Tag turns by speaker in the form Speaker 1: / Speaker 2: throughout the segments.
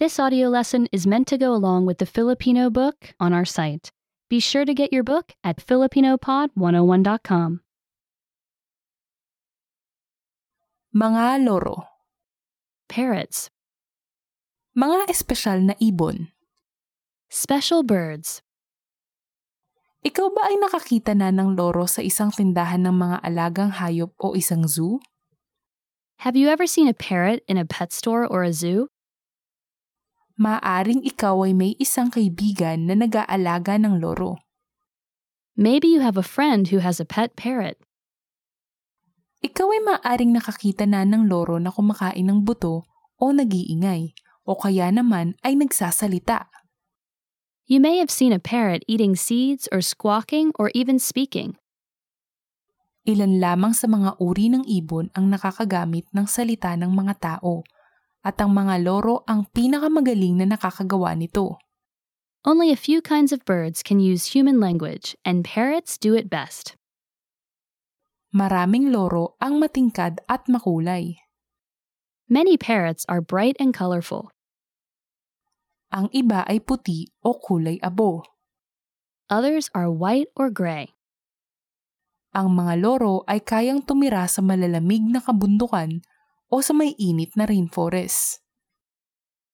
Speaker 1: This audio lesson is meant to go along with the Filipino book on our site. Be sure to get your book at filipinopod101.com.
Speaker 2: Mga loro.
Speaker 1: Parrots,
Speaker 2: Mga espesyal na ibon.
Speaker 1: special birds.
Speaker 2: Ikaw ba ay nakakita na ng loro sa isang tindahan ng mga alagang hayop o isang zoo?
Speaker 1: Have you ever seen a parrot in a pet store or a zoo?
Speaker 2: Maaring ikaw ay may isang kaibigan na nag-aalaga ng loro.
Speaker 1: Maybe you have a friend who has a pet parrot.
Speaker 2: Ikaw ay maaring nakakita na ng loro na kumakain ng buto o nag-iingay, o kaya naman ay nagsasalita.
Speaker 1: You may have seen a parrot eating seeds or squawking or even speaking.
Speaker 2: Ilan lamang sa mga uri ng ibon ang nakakagamit ng salita ng mga tao, at ang mga loro ang pinakamagaling na nakakagawa nito.
Speaker 1: Only a few kinds of birds can use human language, and parrots do it best.
Speaker 2: Maraming loro ang matingkad at makulay.
Speaker 1: Many parrots are bright and colorful.
Speaker 2: Ang iba ay puti o kulay abo.
Speaker 1: Others are white or gray.
Speaker 2: Ang mga loro ay kayang tumira sa malalamig na kabundukan o sa may init na rainforest.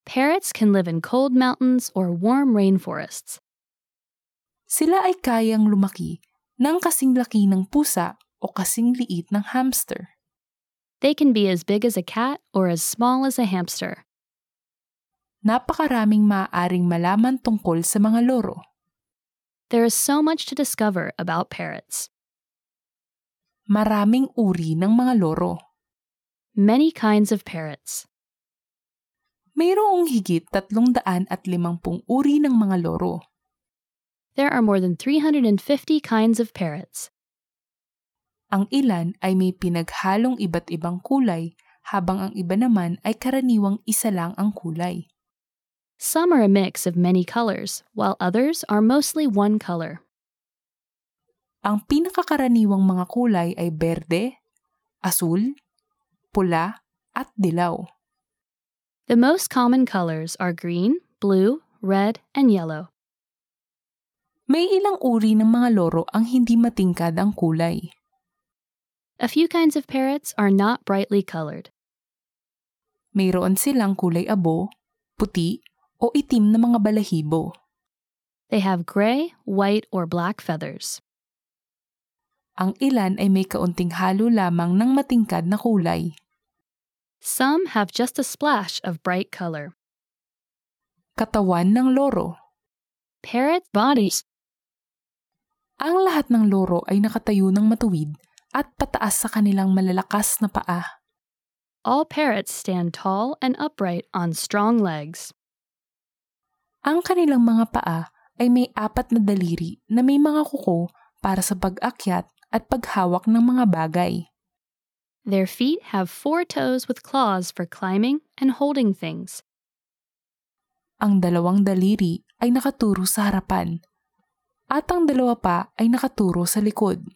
Speaker 1: Parrots can live in cold mountains or warm rainforests.
Speaker 2: Sila ay kayang lumaki ng kasing laki ng pusa o kasing liit ng hamster.
Speaker 1: They can be as big as a cat or as small as a hamster.
Speaker 2: Napakaraming maaaring malaman tungkol sa mga loro.
Speaker 1: There is so much to discover about parrots.
Speaker 2: Maraming uri ng mga loro.
Speaker 1: Many kinds of parrots.
Speaker 2: Mayroong higit 350 uri ng mga loro.
Speaker 1: There are more than 350 kinds of parrots.
Speaker 2: Ang ilan ay may pinaghalong iba't ibang kulay, habang ang iba naman ay karaniwang isa lang ang kulay.
Speaker 1: Some are a mix of many colors, while others are mostly one color.
Speaker 2: Ang pinakakaraniwang mga kulay ay berde, asul, pula, at dilaw.
Speaker 1: The most common colors are green, blue, red, and yellow.
Speaker 2: May ilang uri ng mga loro ang hindi matingkad ang kulay.
Speaker 1: A few kinds of parrots are not brightly colored.
Speaker 2: Mayroon silang kulay abo, puti, o itim na mga balahibo.
Speaker 1: They have gray, white, or black feathers.
Speaker 2: Ang ilan ay may kaunting halo lamang ng matingkad na kulay.
Speaker 1: Some have just a splash of bright color.
Speaker 2: Katawan ng loro.
Speaker 1: Parrot bodies.
Speaker 2: Ang lahat ng loro ay nakatayo ng matuwid at pataas sa kanilang malalakas na paa.
Speaker 1: All parrots stand tall and upright on strong legs.
Speaker 2: Ang kanilang mga paa ay may apat na daliri na may mga kuko para sa pag-akyat at paghawak ng mga bagay.
Speaker 1: Their feet have four toes with claws for climbing and holding things.
Speaker 2: Ang dalawang daliri ay nakaturo sa harapan at ang dalawa pa ay nakaturo sa likod.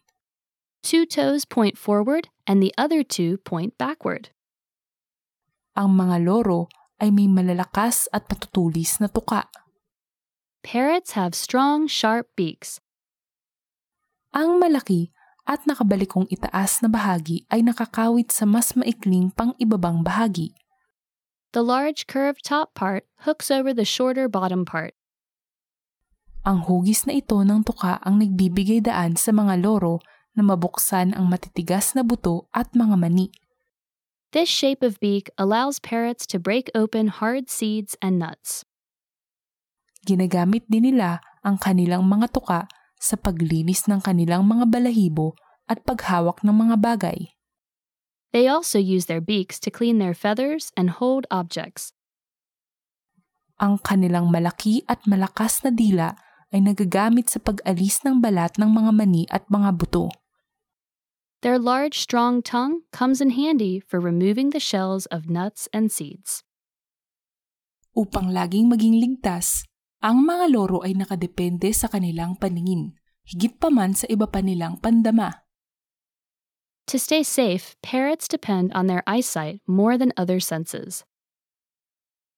Speaker 1: Two toes point forward and the other two point backward.
Speaker 2: Ang mga loro ay may malalakas at matutulis na tuka.
Speaker 1: Parrots have strong, sharp beaks.
Speaker 2: Ang malaki at nakabalikong itaas na bahagi ay nakakawit sa mas maikling pang-ibabang bahagi.
Speaker 1: The large curved top part hooks over the shorter bottom part.
Speaker 2: Ang hugis na ito ng tuka ang nagbibigay daan sa mga loro na mabuksan ang matitigas na buto at mga mani.
Speaker 1: This shape of beak allows parrots to break open hard seeds and nuts.
Speaker 2: Ginagamit din nila ang kanilang mga tuka sa paglinis ng kanilang mga balahibo at paghawak ng mga bagay.
Speaker 1: They also use their beaks to clean their feathers and hold objects.
Speaker 2: Ang kanilang malaki at malakas na dila ay nagagamit sa pag-alis ng balat ng mga mani at mga buto.
Speaker 1: Their large, strong tongue comes in handy for removing the shells of nuts and seeds.
Speaker 2: Upang laging maging ligtas, ang mga loro ay nakadepende sa kanilang paningin, higit pa man sa iba pa nilang pandama.
Speaker 1: To stay safe, parrots depend on their eyesight more than other senses.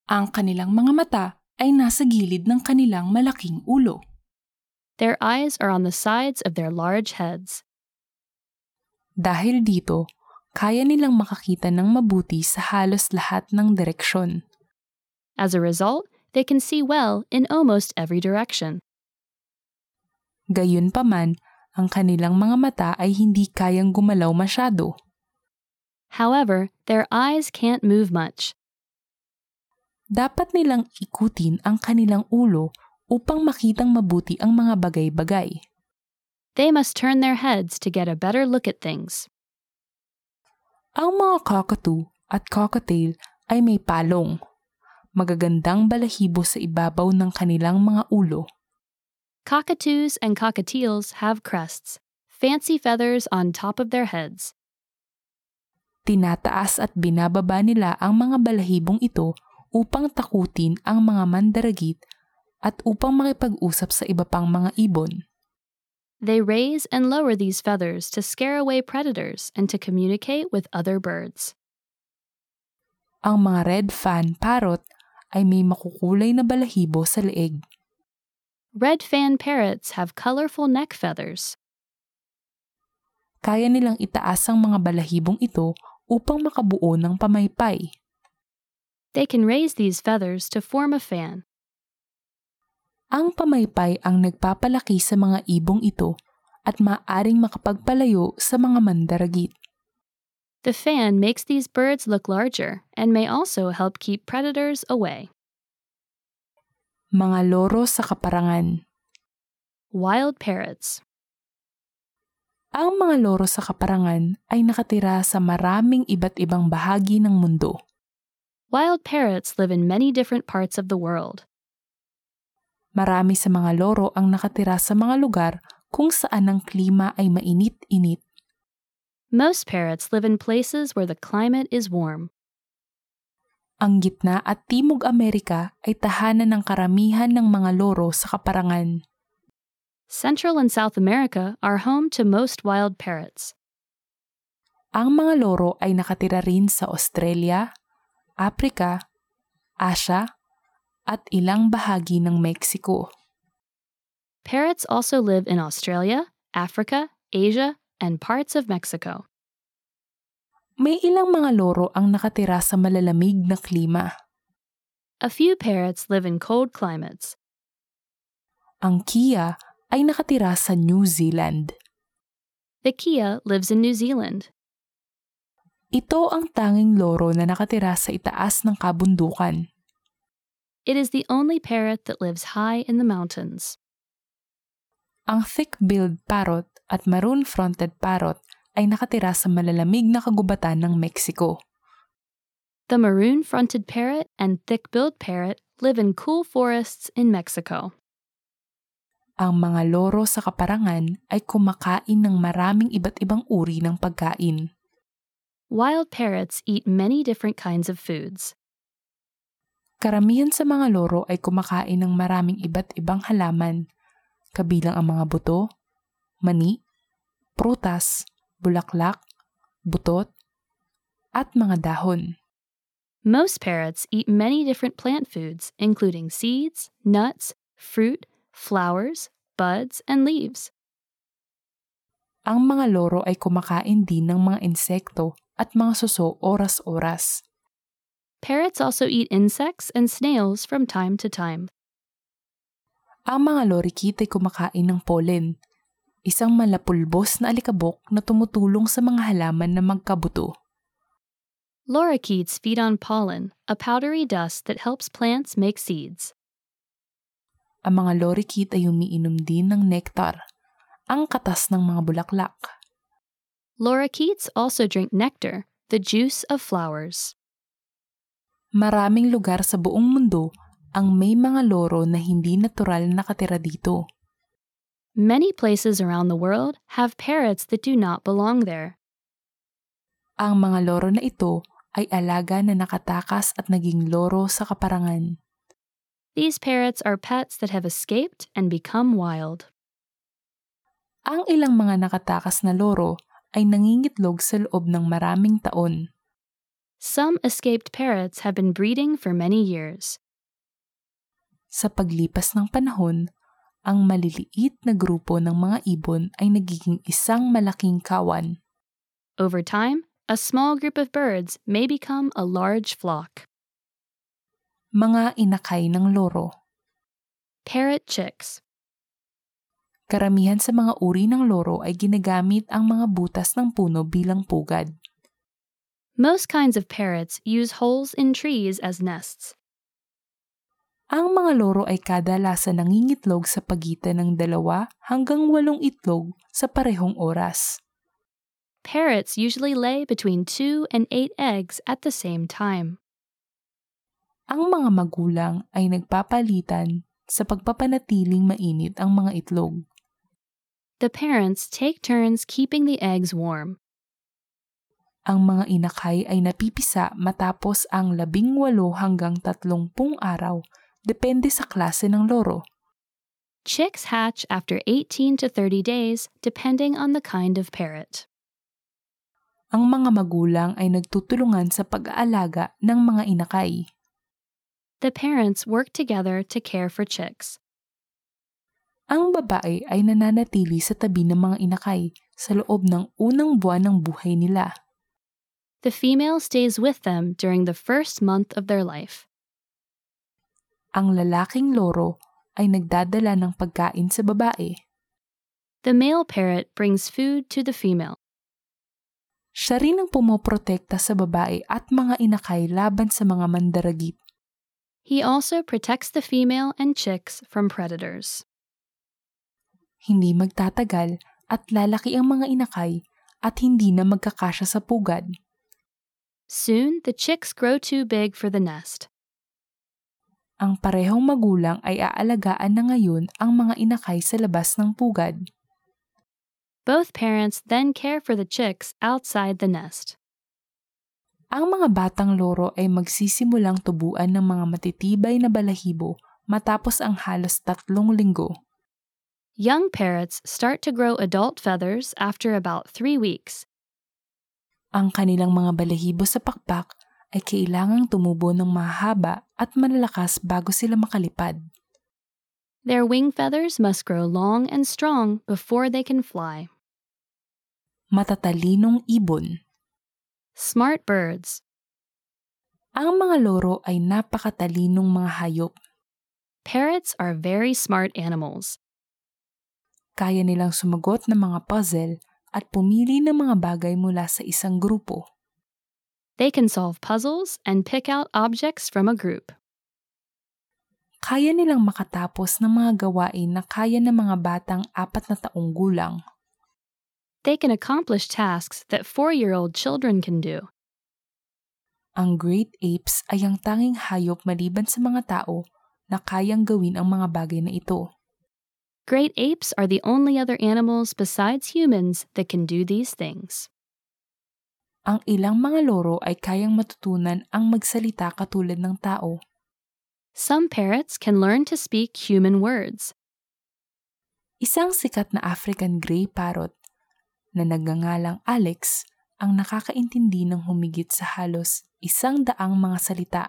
Speaker 2: Ang kanilang mga mata ay nasa gilid ng kanilang malaking ulo.
Speaker 1: Their eyes are on the sides of their large heads.
Speaker 2: Dahil dito, kaya nilang makakita ng mabuti sa halos lahat ng direksyon.
Speaker 1: As a result, they can see well in almost every direction.
Speaker 2: Gayunpaman, ang kanilang mga mata ay hindi kayang gumalaw masyado.
Speaker 1: However, their eyes can't move much.
Speaker 2: Dapat nilang ikutin ang kanilang ulo upang makitang mabuti ang mga bagay-bagay.
Speaker 1: They must turn their heads to get a better look at things.
Speaker 2: Ang mga cockatoo at cockatail ay may palong. Magagandang balahibo sa ibabaw ng kanilang mga ulo.
Speaker 1: Cockatoos and cockatiels have crests, fancy feathers on top of their heads.
Speaker 2: Tinataas at binababa nila ang mga balahibong ito upang takutin ang mga mandaragit at upang makipag-usap sa iba pang mga ibon.
Speaker 1: They raise and lower these feathers to scare away predators and to communicate with other birds.
Speaker 2: Ang mga red fan parrot ay may makukulay na balahibo sa leeg.
Speaker 1: Red fan parrots have colorful neck feathers.
Speaker 2: Kaya nilang itaas ang mga balahibong ito upang makabuo ng pamaypay.
Speaker 1: They can raise these feathers to form a fan.
Speaker 2: Ang pamaypay ang nagpapalaki sa mga ibong ito at maaring makapagpalayo sa mga mandaragit.
Speaker 1: The fan makes these birds look larger and may also help keep predators away.
Speaker 2: Mga loro sa kaparangan.
Speaker 1: Wild parrots.
Speaker 2: Ang mga loro sa kaparangan ay nakatira sa maraming iba't ibang bahagi ng mundo.
Speaker 1: Wild parrots live in many different parts of the world.
Speaker 2: Marami sa mga loro ang nakatira sa mga lugar kung saan ang klima ay mainit-init.
Speaker 1: Most parrots live in places where the climate is warm.
Speaker 2: Ang gitna at timog Amerika ay tahanan ng karamihan ng mga loro sa kaparangan.
Speaker 1: Central and South America are home to most wild parrots.
Speaker 2: Ang mga loro ay nakatira rin sa Australia, Afrika, Asia, at ilang bahagi ng Mexico.
Speaker 1: Parrots also live in Australia, Africa, Asia, and parts of Mexico.
Speaker 2: May ilang mga loro ang nakatira sa malalamig na klima.
Speaker 1: A few parrots live in cold climates.
Speaker 2: Ang Kia ay nakatira sa New Zealand.
Speaker 1: The Kia lives in New Zealand.
Speaker 2: Ito ang tanging loro na nakatira sa itaas ng kabundukan.
Speaker 1: It is the only parrot that lives high in the mountains.
Speaker 2: Ang thick-billed parrot at maroon-fronted parrot ay nakatira sa malalamig na kagubatan ng Mexico.
Speaker 1: The maroon fronted parrot and thick billed parrot live in cool forests in Mexico.
Speaker 2: Ang mga loro sa kaparangan ay kumakain ng maraming iba't ibang uri ng pagkain.
Speaker 1: Wild parrots eat many different kinds of foods.
Speaker 2: Karamihan sa mga loro ay kumakain ng maraming iba't ibang halaman, kabilang ang mga buto, mani, prutas, bulaklak, butot, at mga dahon.
Speaker 1: Most parrots eat many different plant foods, including seeds, nuts, fruit, flowers, buds, and leaves.
Speaker 2: ang mga loro ay kumakain din ng mga insekto at mga suso oras-oras.
Speaker 1: Parrots also eat insects and snails from time to time.
Speaker 2: Ang mga lorikit ay kumakain ng pollen, isang malapulbos na alikabok na tumutulong sa mga halaman na magkabuto.
Speaker 1: Lorikeets feed on pollen, a powdery dust that helps plants make seeds.
Speaker 2: Ang mga lorikit ay umiinom din ng nectar, ang katas ng mga bulaklak.
Speaker 1: Lorikeets also drink nectar, the juice of flowers.
Speaker 2: Maraming lugar sa buong mundo ang may mga loro na hindi natural na nakatira dito.
Speaker 1: Many places around the world have parrots that do not belong there.
Speaker 2: Ang mga loro na ito ay alaga na nakatakas at naging loro sa kaparangan.
Speaker 1: These parrots are pets that have escaped and become wild.
Speaker 2: Ang ilang mga nakatakas na loro ay nangingitlog sa loob ng maraming taon.
Speaker 1: Some escaped parrots have been breeding for many years.
Speaker 2: Sa paglipas ng panahon, ang maliliit na grupo ng mga ibon ay nagiging isang malaking kawan.
Speaker 1: Over time, a small group of birds may become a large flock.
Speaker 2: Mga inakay ng loro.
Speaker 1: Parrot chicks.
Speaker 2: Karamihan sa mga uri ng loro ay ginagamit ang mga butas ng puno bilang pugad.
Speaker 1: Most kinds of parrots use holes in trees as nests.
Speaker 2: Ang mga loro ay kadalasan nangingitlog sa pagitan ng dalawa hanggang walong itlog sa parehong oras.
Speaker 1: Parrots usually lay between two and eight eggs at the same time.
Speaker 2: Ang mga magulang ay nagpapalitan sa pagpapanatiling mainit ang mga itlog.
Speaker 1: The parents take turns keeping the eggs warm.
Speaker 2: Ang mga inakay ay napipisa matapos ang labing walo hanggang tatlongpung araw, depende sa klase ng loro.
Speaker 1: Chicks hatch after 18 to 30 days, depending on the kind of parrot.
Speaker 2: Ang mga magulang ay nagtutulungan sa pag-aalaga ng mga inakay.
Speaker 1: The parents work together to care for chicks.
Speaker 2: Ang babae ay nananatili sa tabi ng mga inakay sa loob ng unang buwan ng buhay nila.
Speaker 1: The female stays with them during the first month of their life.
Speaker 2: Ang lalaking loro ay nagdadala ng pagkain sa babae.
Speaker 1: The male parrot brings food to the female.
Speaker 2: Siya rin ang pumoprotekta sa babae at mga inakay laban sa mga mandaragit.
Speaker 1: He also protects the female and chicks from predators.
Speaker 2: Hindi magtatagal at lalaki ang mga inakay at hindi na magkakasya sa pugad.
Speaker 1: Soon, the chicks grow too big for the nest.
Speaker 2: Ang parehong magulang ay aalagaan na ngayon ang mga inakay sa labas ng pugad.
Speaker 1: Both parents then care for the chicks outside the nest.
Speaker 2: Ang mga batang loro ay magsisimulang tubuan ng mga matitibay na balahibo matapos ang halos tatlong linggo.
Speaker 1: Young parrots start to grow adult feathers after about three weeks.
Speaker 2: Ang kanilang mga balahibo sa pakpak ay kailangang tumubo ng mahaba at malalakas bago sila makalipad.
Speaker 1: Their wing feathers must grow long and strong before they can fly.
Speaker 2: Matatalinong ibon.
Speaker 1: Smart birds.
Speaker 2: Ang mga loro ay napakatalinong mga hayop.
Speaker 1: Parrots are very smart animals.
Speaker 2: Kaya nilang sumagot ng mga puzzle at pumili ng mga bagay mula sa isang grupo.
Speaker 1: They can solve puzzles and pick out objects from a group.
Speaker 2: Kaya nilang makatapos ng mga gawain na kaya ng mga batang apat na taong gulang.
Speaker 1: They can accomplish tasks that four year old children can do.
Speaker 2: Ang great apes ay ang tanging hayop maliban sa mga tao na kayang gawin ang mga bagay na ito.
Speaker 1: Great apes are the only other animals besides humans that can do these things.
Speaker 2: Ang ilang mga loro ay kayang matutunan ang magsalita katulad ng tao.
Speaker 1: Some parrots can learn to speak human words.
Speaker 2: Isang sikat na African Grey Parrot na nagngangalang Alex ang nakakaintindi ng humigit sa halos isang daang mga salita.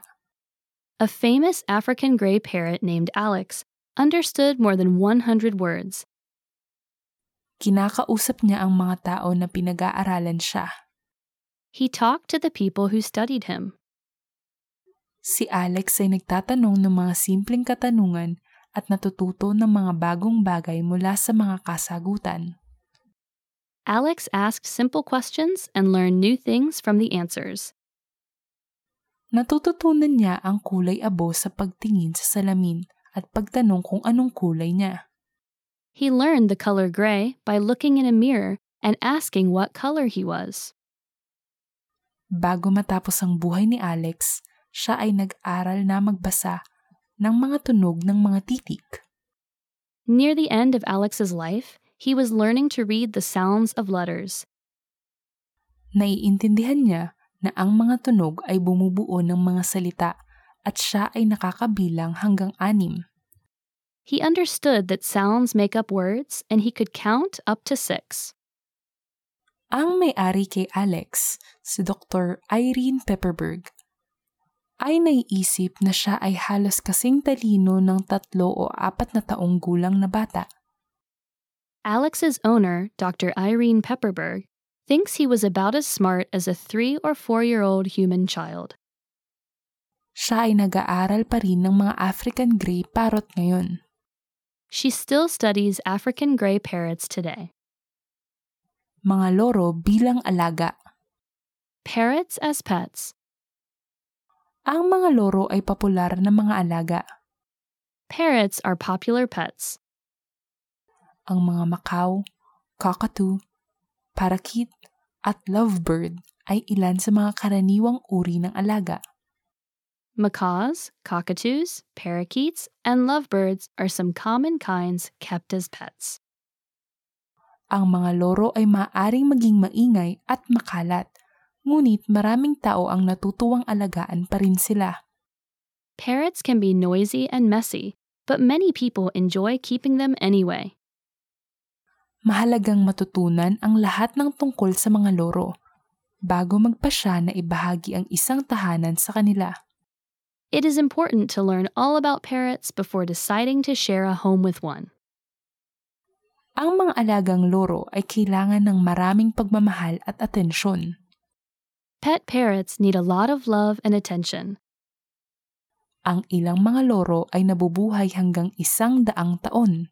Speaker 1: A famous African gray parrot named Alex understood more than 100 words.
Speaker 2: Kinakausap niya ang mga tao na pinag-aaralan siya.
Speaker 1: He talked to the people who studied him.
Speaker 2: Si Alex ay nagtatanong ng mga simpleng katanungan at natututo ng mga bagong bagay mula sa mga kasagutan.
Speaker 1: Alex asked simple questions and learned new things from the answers.
Speaker 2: Natututunan niya ang kulay abo sa pagtingin sa salamin at pagtanong kung anong kulay niya.
Speaker 1: He learned the color gray by looking in a mirror and asking what color he was.
Speaker 2: Bago matapos ang buhay ni Alex, siya ay nag-aral na magbasa ng mga tunog ng mga titik.
Speaker 1: Near the end of Alex's life, he was learning to read the sounds of letters.
Speaker 2: Naiintindihan niya na ang mga tunog ay bumubuo ng mga salita at siya ay nakakabilang hanggang anim.
Speaker 1: He understood that sounds make up words and he could count up to six.
Speaker 2: ang may-ari kay Alex, si Dr. Irene Pepperberg, ay naiisip na siya ay halos kasing talino ng tatlo o apat na taong gulang na bata.
Speaker 1: Alex's owner, Dr. Irene Pepperberg, thinks he was about as smart as a three or four year old human child.
Speaker 2: Siya ay nag-aaral pa rin ng mga African Grey Parrot ngayon.
Speaker 1: She still studies African gray parrots today.
Speaker 2: Mga loro bilang alaga.
Speaker 1: Parrots as pets.
Speaker 2: Ang mga loro ay popular na mga alaga.
Speaker 1: Parrots are popular pets.
Speaker 2: Ang mga makaw, cockatoo, parakeet, at lovebird ay ilan sa mga karaniwang uri ng alaga.
Speaker 1: Macaws, cockatoos, parakeets, and lovebirds are some common kinds kept as pets.
Speaker 2: Ang mga loro ay maaaring maging maingay at makalat, ngunit maraming tao ang natutuwang alagaan pa rin sila.
Speaker 1: Parrots can be noisy and messy, but many people enjoy keeping them anyway.
Speaker 2: Mahalagang matutunan ang lahat ng tungkol sa mga loro bago magpasya na ibahagi ang isang tahanan sa kanila.
Speaker 1: It is important to learn all about parrots before deciding to share a home with one.
Speaker 2: Ang mga alagang loro ay kailangan ng maraming pagmamahal at atensyon.
Speaker 1: Pet parrots need a lot of love and attention.
Speaker 2: Ang ilang mga loro ay nabubuhay hanggang isang daang taon.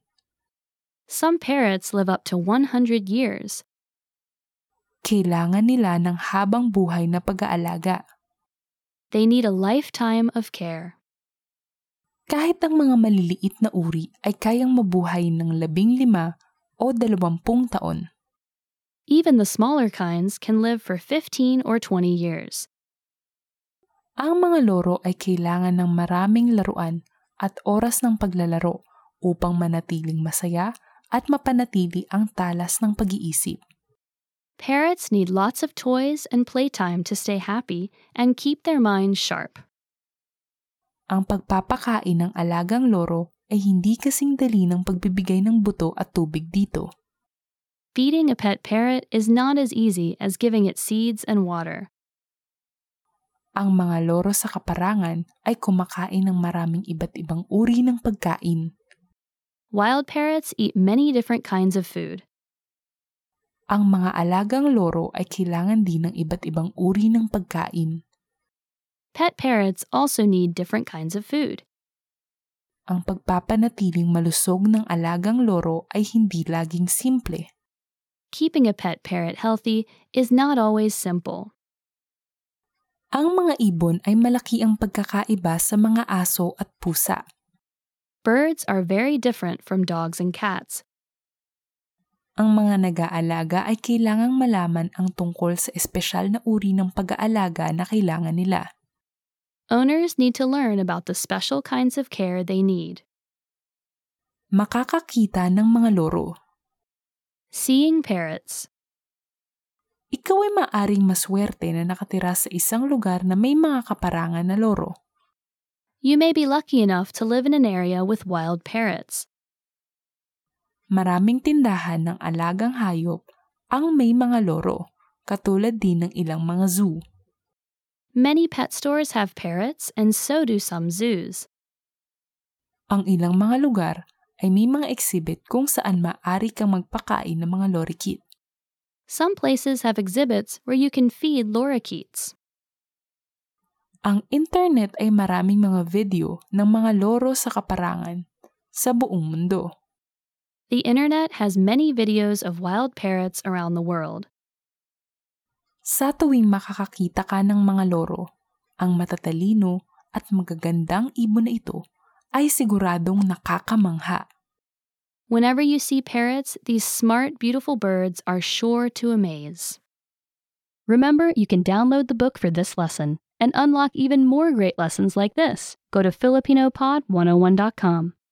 Speaker 1: Some parrots live up to 100 years.
Speaker 2: Kailangan nila ng habang buhay na pag-aalaga.
Speaker 1: They need a lifetime of care.
Speaker 2: Kahit ang mga maliliit na uri ay kayang mabuhay ng labing lima o dalawampung taon.
Speaker 1: Even the smaller kinds can live for 15 or 20 years.
Speaker 2: Ang mga loro ay kailangan ng maraming laruan at oras ng paglalaro upang manatiling masaya at mapanatili ang talas ng pag-iisip.
Speaker 1: Parrots need lots of toys and playtime to stay happy and keep their minds sharp.
Speaker 2: Ang pagpapakain ng alagang loro ay hindi kasing dali ng pagbibigay ng buto at tubig dito.
Speaker 1: Feeding a pet parrot is not as easy as giving it seeds and water.
Speaker 2: Ang mga loro sa kaparangan ay kumakain ng maraming iba't ibang uri ng pagkain.
Speaker 1: Wild parrots eat many different kinds of food.
Speaker 2: Ang mga alagang loro ay kailangan din ng iba't ibang uri ng pagkain.
Speaker 1: Pet parrots also need different kinds of food.
Speaker 2: Ang pagpapanatiling malusog ng alagang loro ay hindi laging simple.
Speaker 1: Keeping a pet parrot healthy is not always simple.
Speaker 2: Ang mga ibon ay malaki ang pagkakaiba sa mga aso at pusa.
Speaker 1: Birds are very different from dogs and cats.
Speaker 2: Ang mga nag-aalaga ay kailangang malaman ang tungkol sa espesyal na uri ng pag-aalaga na kailangan nila.
Speaker 1: Owners need to learn about the special kinds of care they need.
Speaker 2: Makakakita ng mga loro.
Speaker 1: Seeing parrots.
Speaker 2: Ikaw ay maaring maswerte na nakatira sa isang lugar na may mga kaparangan na loro.
Speaker 1: You may be lucky enough to live in an area with wild parrots.
Speaker 2: Maraming tindahan ng alagang hayop ang may mga loro, katulad din ng ilang mga zoo.
Speaker 1: Many pet stores have parrots, and so do some zoos.
Speaker 2: Ang ilang mga lugar ay may mga exhibit kung saan maaari kang magpakain ng mga lorikit.
Speaker 1: Some places have exhibits where you can feed lorikeets.
Speaker 2: Ang internet ay maraming mga video ng mga loro sa kaparangan sa buong mundo.
Speaker 1: The internet has many videos of wild parrots around the world.
Speaker 2: Sa tuwing makakakita ka ng mga loro, ang matatalino at magagandang ibon na ito ay siguradong nakakamangha.
Speaker 1: Whenever you see parrots, these smart, beautiful birds are sure to amaze. Remember, you can download the book for this oh lesson and unlock even more great lessons like this. Go to FilipinoPod101.com.